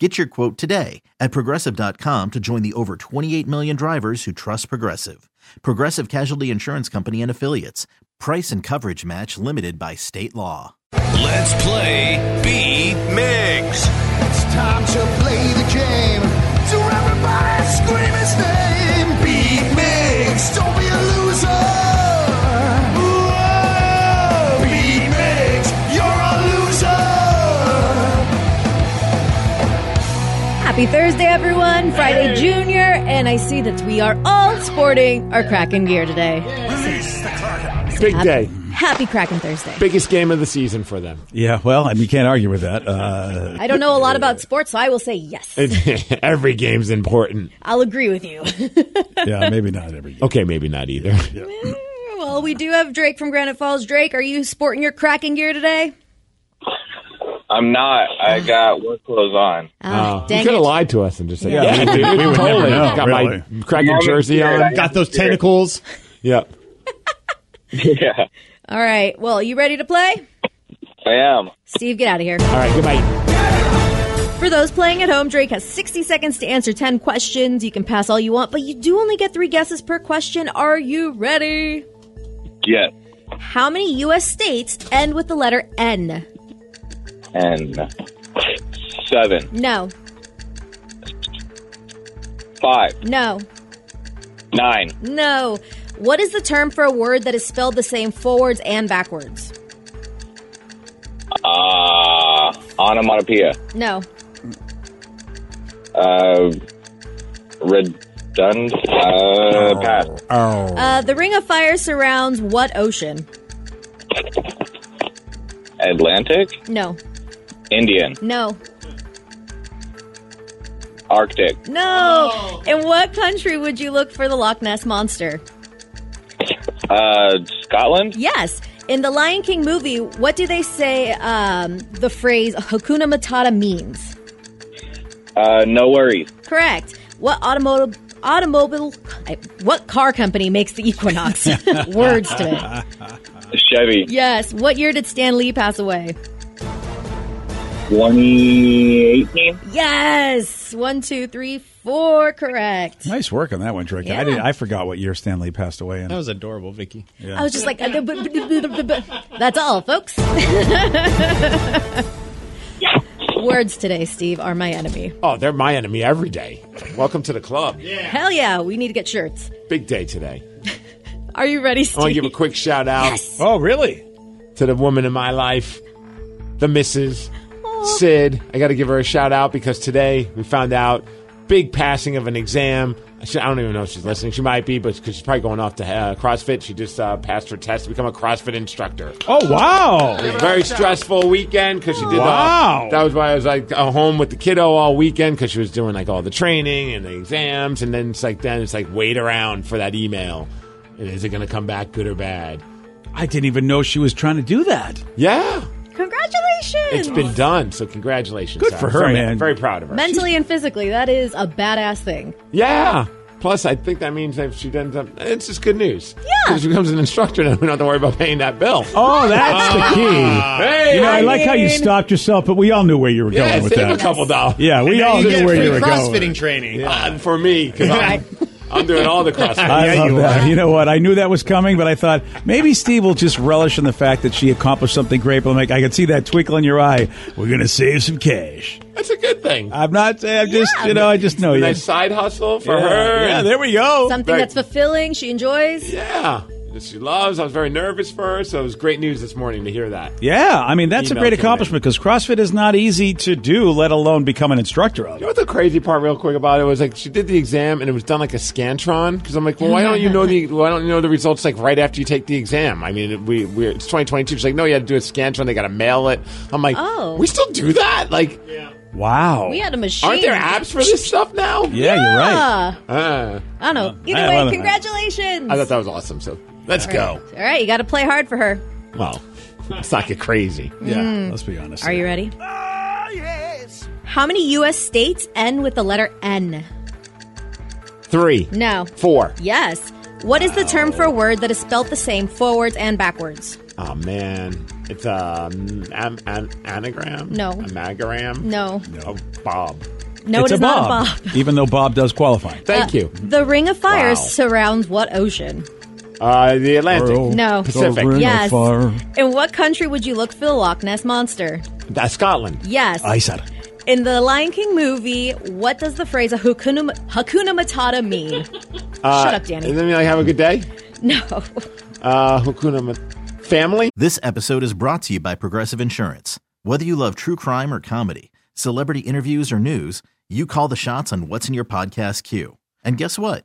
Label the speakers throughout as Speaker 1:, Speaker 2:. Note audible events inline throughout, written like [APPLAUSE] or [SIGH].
Speaker 1: Get your quote today at progressive.com to join the over 28 million drivers who trust Progressive. Progressive Casualty Insurance Company and Affiliates. Price and coverage match limited by state law.
Speaker 2: Let's play B Migs.
Speaker 3: It's time to play the game. So everybody scream his name. Beat Mix. Don't be a loser. Whoa. Beat Mix. You're a loser.
Speaker 4: Happy Thursday, everyone. Friday, Junior, and I see that we are all sporting our Kraken gear today.
Speaker 5: Big day.
Speaker 4: Happy Kraken Thursday.
Speaker 5: Biggest game of the season for them.
Speaker 6: Yeah, well, I mean, you can't argue with that. Uh,
Speaker 4: I don't know a lot about sports, so I will say yes.
Speaker 5: [LAUGHS] Every game's important.
Speaker 4: I'll agree with you. [LAUGHS]
Speaker 6: yeah, maybe not every game.
Speaker 5: Okay, maybe not either.
Speaker 4: well, we do have Drake from Granite Falls. Drake, are you sporting your Kraken gear today?
Speaker 7: I'm not. I got work clothes on.
Speaker 4: Ah,
Speaker 5: you
Speaker 4: dang
Speaker 5: could have
Speaker 4: it.
Speaker 5: lied to us and just said, yeah,
Speaker 6: Yeah,
Speaker 5: dude,
Speaker 6: we would
Speaker 5: totally.
Speaker 6: never know,
Speaker 5: Got my
Speaker 6: really.
Speaker 5: Kraken jersey on.
Speaker 7: Got
Speaker 6: those tentacles.
Speaker 5: Yeah.
Speaker 7: Yeah,
Speaker 4: All right. Well, you ready to play?
Speaker 7: I am.
Speaker 4: Steve, get out of here.
Speaker 5: All right, goodbye.
Speaker 4: For those playing at home, Drake has 60 seconds to answer 10 questions. You can pass all you want, but you do only get three guesses per question. Are you ready?
Speaker 7: Yes.
Speaker 4: How many U.S. states end with the letter N?
Speaker 7: And seven,
Speaker 4: No,
Speaker 7: five,
Speaker 4: no,
Speaker 7: nine,
Speaker 4: no. What is the term for a word that is spelled the same forwards and backwards?
Speaker 7: uh, onomatopoeia,
Speaker 4: No,
Speaker 7: uh, redundant,
Speaker 6: Oh.
Speaker 7: uh, pass,
Speaker 4: uh, the Ring of Fire surrounds what ocean?
Speaker 7: Atlantic,
Speaker 4: No,
Speaker 7: Indian,
Speaker 4: no,
Speaker 7: Arctic,
Speaker 4: no. In what country would you look for the Loch Ness monster?
Speaker 7: uh, Scotland,
Speaker 4: Yes. In the Lion King movie, what do they say um, the phrase Hakuna Matata means?
Speaker 7: uh, no worries.
Speaker 4: Correct. What automotive automobile I- what car company makes the Equinox? Words today.
Speaker 7: Chevy,
Speaker 4: Yes. What year did Stan Lee pass away?
Speaker 7: 2018,
Speaker 4: Yes. One, two, three, four. Correct.
Speaker 6: Nice work on that one, Drake.
Speaker 4: Yeah.
Speaker 6: I did. I forgot what year Stanley passed away. In.
Speaker 5: was adorable, Vicky.
Speaker 4: I was just like, uh, bu- bu- bu- bu- bu- bu- that's all,
Speaker 5: [LAUGHS]
Speaker 4: folks. Words today, Steve, are my enemy.
Speaker 5: Oh, they're my enemy every day. Welcome to the club.
Speaker 4: Hell yeah, we need to get shirts.
Speaker 5: Big day today.
Speaker 4: Are you ready,
Speaker 5: I want to
Speaker 4: Steve?
Speaker 5: give a quick shout out
Speaker 6: oh, really?
Speaker 5: to the woman in my life, the missus, Sid. I got to give her a shout out because today we found out big passing of an exam. She, I don't even know if she's listening. She might be, but because she's probably going off to uh, CrossFit. She just uh, passed her test to become a CrossFit instructor.
Speaker 6: Oh, wow.
Speaker 5: Very stressful weekend because she did.
Speaker 6: Wow.
Speaker 5: All, that was why I was like uh, home with the kiddo all weekend because she was doing like all the training and the exams, and then it's like then it's like wait around for that email, and is it going to come back good or bad?
Speaker 6: I didn't even know she was trying to do that.
Speaker 5: Yeah.
Speaker 4: Congratulations!
Speaker 5: It's been done, so congratulations.
Speaker 6: Good
Speaker 5: Sarah.
Speaker 6: for her,
Speaker 5: very,
Speaker 6: man.
Speaker 5: Very proud of her.
Speaker 4: Mentally and physically, that is a badass thing.
Speaker 5: yeah. Plus, I think that means that if she ends up, it's just good news. Yeah. She becomes an instructor, [LAUGHS] and we don't have to worry about paying that bill.
Speaker 6: Oh, that's the key.
Speaker 5: Ah. hey,
Speaker 6: Oh. You know, I, like how you
Speaker 4: mean-
Speaker 6: stopped yourself, but we all knew where you were
Speaker 5: yeah,
Speaker 6: going with
Speaker 5: save a
Speaker 6: that.
Speaker 5: couple dollars.
Speaker 6: Yeah, we all
Speaker 8: you
Speaker 6: knew
Speaker 8: get
Speaker 6: where
Speaker 8: free
Speaker 6: you were
Speaker 8: CrossFitting
Speaker 6: going.
Speaker 8: training.
Speaker 5: Uh, for me, 'cause I'm, I'm doing all the CrossFit.
Speaker 6: I
Speaker 8: Yeah,
Speaker 6: love
Speaker 8: you
Speaker 6: that.
Speaker 8: are.
Speaker 6: You know what? I knew that was coming, but I thought maybe Steve will just relish in the fact that she accomplished something great. But like, I could see that twinkle in your eye. We're gonna save some cash.
Speaker 5: That's a good thing.
Speaker 6: I'm not. I'm just.
Speaker 4: Yeah.
Speaker 6: You know. I just know
Speaker 5: a
Speaker 6: you.
Speaker 5: nice side hustle for
Speaker 6: yeah.
Speaker 5: her.
Speaker 6: Yeah, there we go.
Speaker 4: Something
Speaker 5: Oh, Right.
Speaker 4: that's fulfilling, she enjoys.
Speaker 5: yeah. That she loves. I was very nervous for her, so it was great news this morning to hear that.
Speaker 6: yeah, I mean that's a
Speaker 5: Email
Speaker 6: great
Speaker 5: came in.
Speaker 6: accomplishment because CrossFit is not easy to do, let alone become an instructor of.
Speaker 5: You know what the crazy part, real quick, about it was like she did the exam and it was done like a scantron. Because I'm like, well, why don't you
Speaker 4: [LAUGHS]
Speaker 5: know the why don't you know the results like right after you take the exam? I mean, we we it's 2022. She's like, no, you had to do a scantron. They got to mail it. I'm like,
Speaker 4: Oh.
Speaker 5: we still do that? Like,
Speaker 6: Wow.
Speaker 4: We
Speaker 6: Yeah,
Speaker 4: had a machine.
Speaker 5: aren't there apps for this stuff now?
Speaker 6: you're right.
Speaker 4: Ah,
Speaker 5: Uh,
Speaker 4: I don't know. Either
Speaker 6: I
Speaker 4: way,
Speaker 6: love it.
Speaker 4: congratulations.
Speaker 5: I thought that was awesome. So
Speaker 8: Let's go.
Speaker 4: All right, you got to play hard for her.
Speaker 5: Well, let's not get crazy.
Speaker 8: Yeah.
Speaker 6: Let's be honest.
Speaker 4: Mm. Are you ready? How many U.S. states end with the letter N?
Speaker 5: Three,
Speaker 4: No.
Speaker 5: four.
Speaker 4: Yes. What is the term for a word that is spelt the same forwards and backwards?
Speaker 5: Oh man, it's um, an, an anagram.
Speaker 4: No.
Speaker 5: Amagram.
Speaker 4: No. Uh,
Speaker 5: Oh, Bob.
Speaker 4: No,
Speaker 6: it's
Speaker 4: it is
Speaker 6: a
Speaker 4: not
Speaker 6: Bob,
Speaker 4: a Bob.
Speaker 6: even though Bob does qualify.
Speaker 5: Thank you.
Speaker 4: The Ring of Fire
Speaker 5: Wow.
Speaker 4: surrounds what ocean?
Speaker 5: Uh, the Atlantic.
Speaker 4: No.
Speaker 5: Pacific.
Speaker 6: Ring of
Speaker 4: Yes.
Speaker 6: Fire.
Speaker 4: In what country would you look for the Loch Ness Monster?
Speaker 5: That's Uh, Scotland.
Speaker 4: Yes.
Speaker 6: I said.
Speaker 4: In the Lion King movie, what does the phrase Hakuna, Hakuna Matata mean?
Speaker 6: Uh,
Speaker 4: Shut up,
Speaker 5: And
Speaker 4: Danny.
Speaker 5: then you like, have a good day.
Speaker 4: [LAUGHS] No.
Speaker 5: Uh, Hakuna Mat- family.
Speaker 1: This episode is brought to you by Progressive Insurance. Whether you love true crime or comedy, celebrity interviews or news, you call the shots on what's in your podcast queue. And guess what?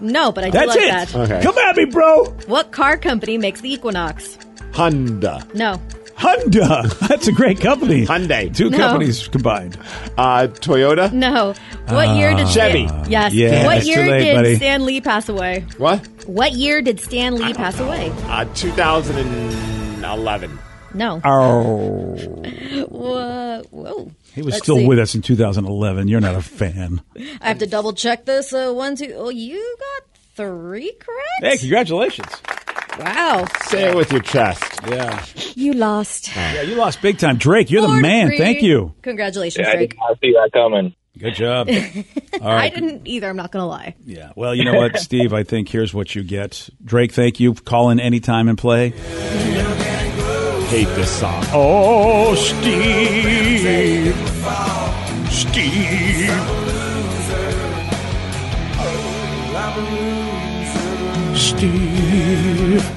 Speaker 4: No, but I do
Speaker 6: That's
Speaker 4: like
Speaker 6: it. Uh,
Speaker 4: that.
Speaker 5: Okay.
Speaker 6: Come at me, bro.
Speaker 4: What car company makes the Equinox?
Speaker 5: Honda.
Speaker 4: No.
Speaker 6: Hyundai. [LAUGHS] That's a great company.
Speaker 5: Hyundai.
Speaker 6: Two
Speaker 4: No.
Speaker 6: companies combined.
Speaker 5: Uh, Toyota.
Speaker 4: No. What year did
Speaker 5: Chevy.
Speaker 4: Yes.
Speaker 6: Ah. Yeah,
Speaker 4: what
Speaker 6: it's
Speaker 4: year
Speaker 6: too late,
Speaker 4: did
Speaker 6: buddy.
Speaker 4: Stan Lee pass away?
Speaker 5: What?
Speaker 4: What year did Stan Lee pass away?
Speaker 5: Uh, 2011.
Speaker 4: No.
Speaker 6: Oh,
Speaker 4: Whoa. Whoa.
Speaker 6: he was
Speaker 4: Let's
Speaker 6: still
Speaker 4: see.
Speaker 6: with us in 2011. You're not a fan.
Speaker 4: I have to double check this. Uh, one, two. Oh, you got three
Speaker 6: Hey,
Speaker 4: correct?
Speaker 6: congratulations.
Speaker 4: Wow.
Speaker 5: Say it with your chest.
Speaker 6: Yeah.
Speaker 4: You lost.
Speaker 6: Yeah, you lost big time. Drake, you're the
Speaker 4: Four to
Speaker 6: man.
Speaker 4: three.
Speaker 6: Thank you.
Speaker 4: Congratulations,
Speaker 7: I did
Speaker 4: Drake.
Speaker 7: not see that coming.
Speaker 4: [LAUGHS]
Speaker 6: Good job. All
Speaker 4: I
Speaker 6: right.
Speaker 4: didn't either. I'm not going to lie.
Speaker 6: Yeah. Well, you know
Speaker 4: [LAUGHS]
Speaker 6: what, Steve? I think here's what you get. Drake, thank you. Call in anytime and play.
Speaker 5: Hate this song.
Speaker 6: Oh, Steve. Steve. Steve.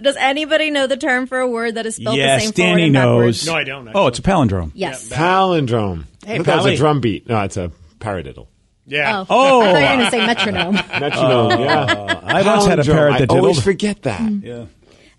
Speaker 4: Does anybody know the term for a word that is spelled the
Speaker 6: Yes,
Speaker 4: same forward
Speaker 6: Danny
Speaker 4: and backwards?
Speaker 6: knows. No, I don't. Oh, it's a palindrome.
Speaker 4: Yes.
Speaker 5: Palindrome.
Speaker 9: Hey,
Speaker 5: I thought that was a
Speaker 9: Pally.
Speaker 5: drum beat. No, it's a paradiddle.
Speaker 9: Yeah.
Speaker 4: Oh. oh. I thought you were going to say metronome.
Speaker 6: [LAUGHS]
Speaker 4: uh,
Speaker 5: Metronome. yeah.
Speaker 6: I Oh. once had a
Speaker 5: Palindrome.
Speaker 6: parrot that
Speaker 5: I always
Speaker 6: diddled.
Speaker 5: forget that.
Speaker 4: Mm.
Speaker 6: yeah.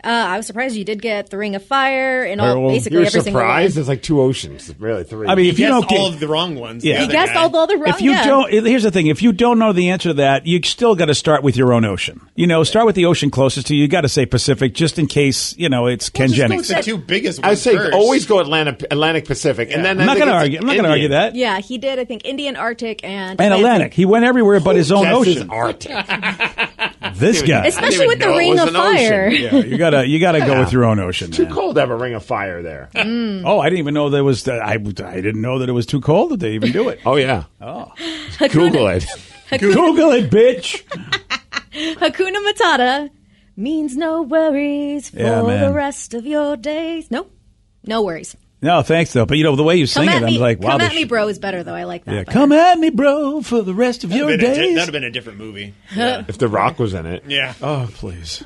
Speaker 4: Uh, I was surprised you did get the Ring of Fire and all,
Speaker 6: Harold,
Speaker 4: basically
Speaker 5: You're
Speaker 4: every
Speaker 5: surprised? There's like two oceans. Really, three.
Speaker 6: I mean,
Speaker 9: He
Speaker 6: if you
Speaker 9: guessed
Speaker 6: don't get,
Speaker 9: all of the wrong ones.
Speaker 6: Yeah.
Speaker 9: the
Speaker 6: He
Speaker 4: single one.
Speaker 9: other
Speaker 4: You guessed
Speaker 9: guy.
Speaker 4: all the wrong.
Speaker 6: if you
Speaker 4: yeah.
Speaker 6: don't, here's the thing: if you don't know the answer to that, you still got to start with your own ocean. You know, start with the ocean closest to you. You got to say Pacific, just in case you know it's Ken
Speaker 9: Just go
Speaker 6: Jennings.
Speaker 9: with the two biggest
Speaker 5: I
Speaker 9: ones
Speaker 5: say
Speaker 9: first.
Speaker 5: always go Atlantic, Atlantic Pacific, and then
Speaker 6: I'm
Speaker 5: I
Speaker 6: not
Speaker 5: think
Speaker 6: going to
Speaker 5: it's
Speaker 6: argue. I'm not going to
Speaker 5: Indian.
Speaker 6: argue that.
Speaker 4: Yeah, he did. I think Indian, Arctic, and
Speaker 6: And Atlantic, he went everywhere but his own
Speaker 5: That's his
Speaker 6: ocean.
Speaker 5: Arctic. [LAUGHS]
Speaker 6: This guy.
Speaker 5: I
Speaker 4: Especially
Speaker 5: didn't
Speaker 4: with the
Speaker 5: know it
Speaker 4: Ring
Speaker 5: was
Speaker 4: of
Speaker 5: an ocean.
Speaker 4: Fire.
Speaker 6: Yeah, you gotta you gotta go with your own ocean.
Speaker 5: Too
Speaker 6: man.
Speaker 5: cold to have a ring of fire there.
Speaker 6: Oh, I didn't even know there was. I I didn't know that it was too cold that they even do
Speaker 5: [LAUGHS]
Speaker 6: it.
Speaker 5: [LAUGHS] Oh yeah. Oh. Google it.
Speaker 6: Google it, bitch.
Speaker 4: [LAUGHS] Hakuna Matata means no worries for
Speaker 6: Yeah, man.
Speaker 4: the rest of your days. No, no worries.
Speaker 6: No, thanks though. But you know the way you
Speaker 4: Come
Speaker 6: sing it,
Speaker 4: at me,
Speaker 6: I'm like, wow.
Speaker 4: come
Speaker 6: this
Speaker 4: at me, bro is better though. I like that.
Speaker 6: Yeah,
Speaker 4: better.
Speaker 6: come at me, bro, for the rest of your
Speaker 9: That'd have been a di-
Speaker 6: days.
Speaker 9: that'd have been a different movie.
Speaker 5: [LAUGHS] If The Rock was in it,
Speaker 9: Yeah.
Speaker 6: oh, please.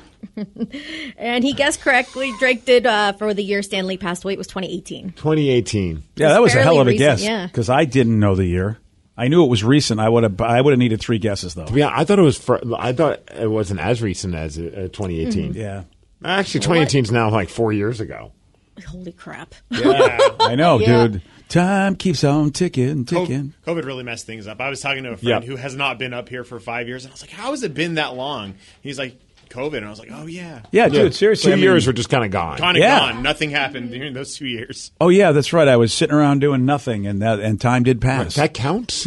Speaker 4: And he guessed correctly. Drake did uh, for the year Stanley passed away. It was 2018.
Speaker 5: 2018.
Speaker 6: Yeah, that was a hell of a
Speaker 4: fairly recent,
Speaker 6: guess.
Speaker 4: yeah.
Speaker 6: Because I didn't know the year. I knew it was recent. I would have. I would have needed three guesses though.
Speaker 5: Yeah, I thought it was. Fr- I thought it wasn't as recent as uh, 2018.
Speaker 6: Yeah,
Speaker 5: Actually, 2018 is now like four years ago.
Speaker 4: Holy crap.
Speaker 6: I
Speaker 4: [LAUGHS]
Speaker 6: know,
Speaker 4: Yeah.
Speaker 6: dude. Time keeps on ticking,
Speaker 9: COVID,
Speaker 6: ticking.
Speaker 9: COVID really messed things up. I was talking to a friend
Speaker 5: Yeah.
Speaker 9: who has not been up here for five years, and I was like, "How has it been that long?" He's like, "COVID," and I was like, "Oh yeah,
Speaker 6: Yeah, dude. Seriously,
Speaker 5: two
Speaker 6: I mean-
Speaker 5: years were just kind of gone.
Speaker 9: gone and
Speaker 6: Yeah.
Speaker 9: gone. Nothing happened during those two years."
Speaker 6: Oh yeah, that's right. I was sitting around doing nothing, and that and time did pass.
Speaker 5: that [LAUGHS] counts.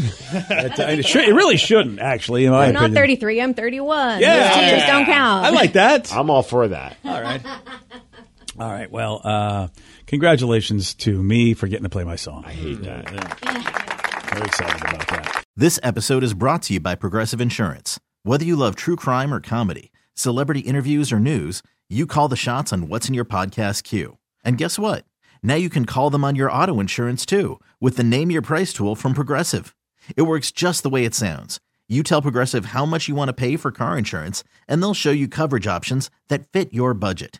Speaker 6: That- it, should, it really shouldn't, actually. In my
Speaker 4: I'm not
Speaker 6: opinion.
Speaker 4: 33. I'm 31.
Speaker 6: Yeah.
Speaker 4: Those teachers don't count. [LAUGHS]
Speaker 6: I like that.
Speaker 5: I'm all for that.
Speaker 6: All right. [LAUGHS] All right. Well, uh, congratulations to me for getting to play my song. I hate that. Very excited about that.
Speaker 1: This episode is brought to you by Progressive Insurance. Whether you love true crime or comedy, celebrity interviews or news, you call the shots on what's in your podcast queue. And guess what? Now you can call them on your auto insurance too with the Name Your Price tool from Progressive. It works just the way it sounds. You tell Progressive how much you want to pay for car insurance, and they'll show you coverage options that fit your budget.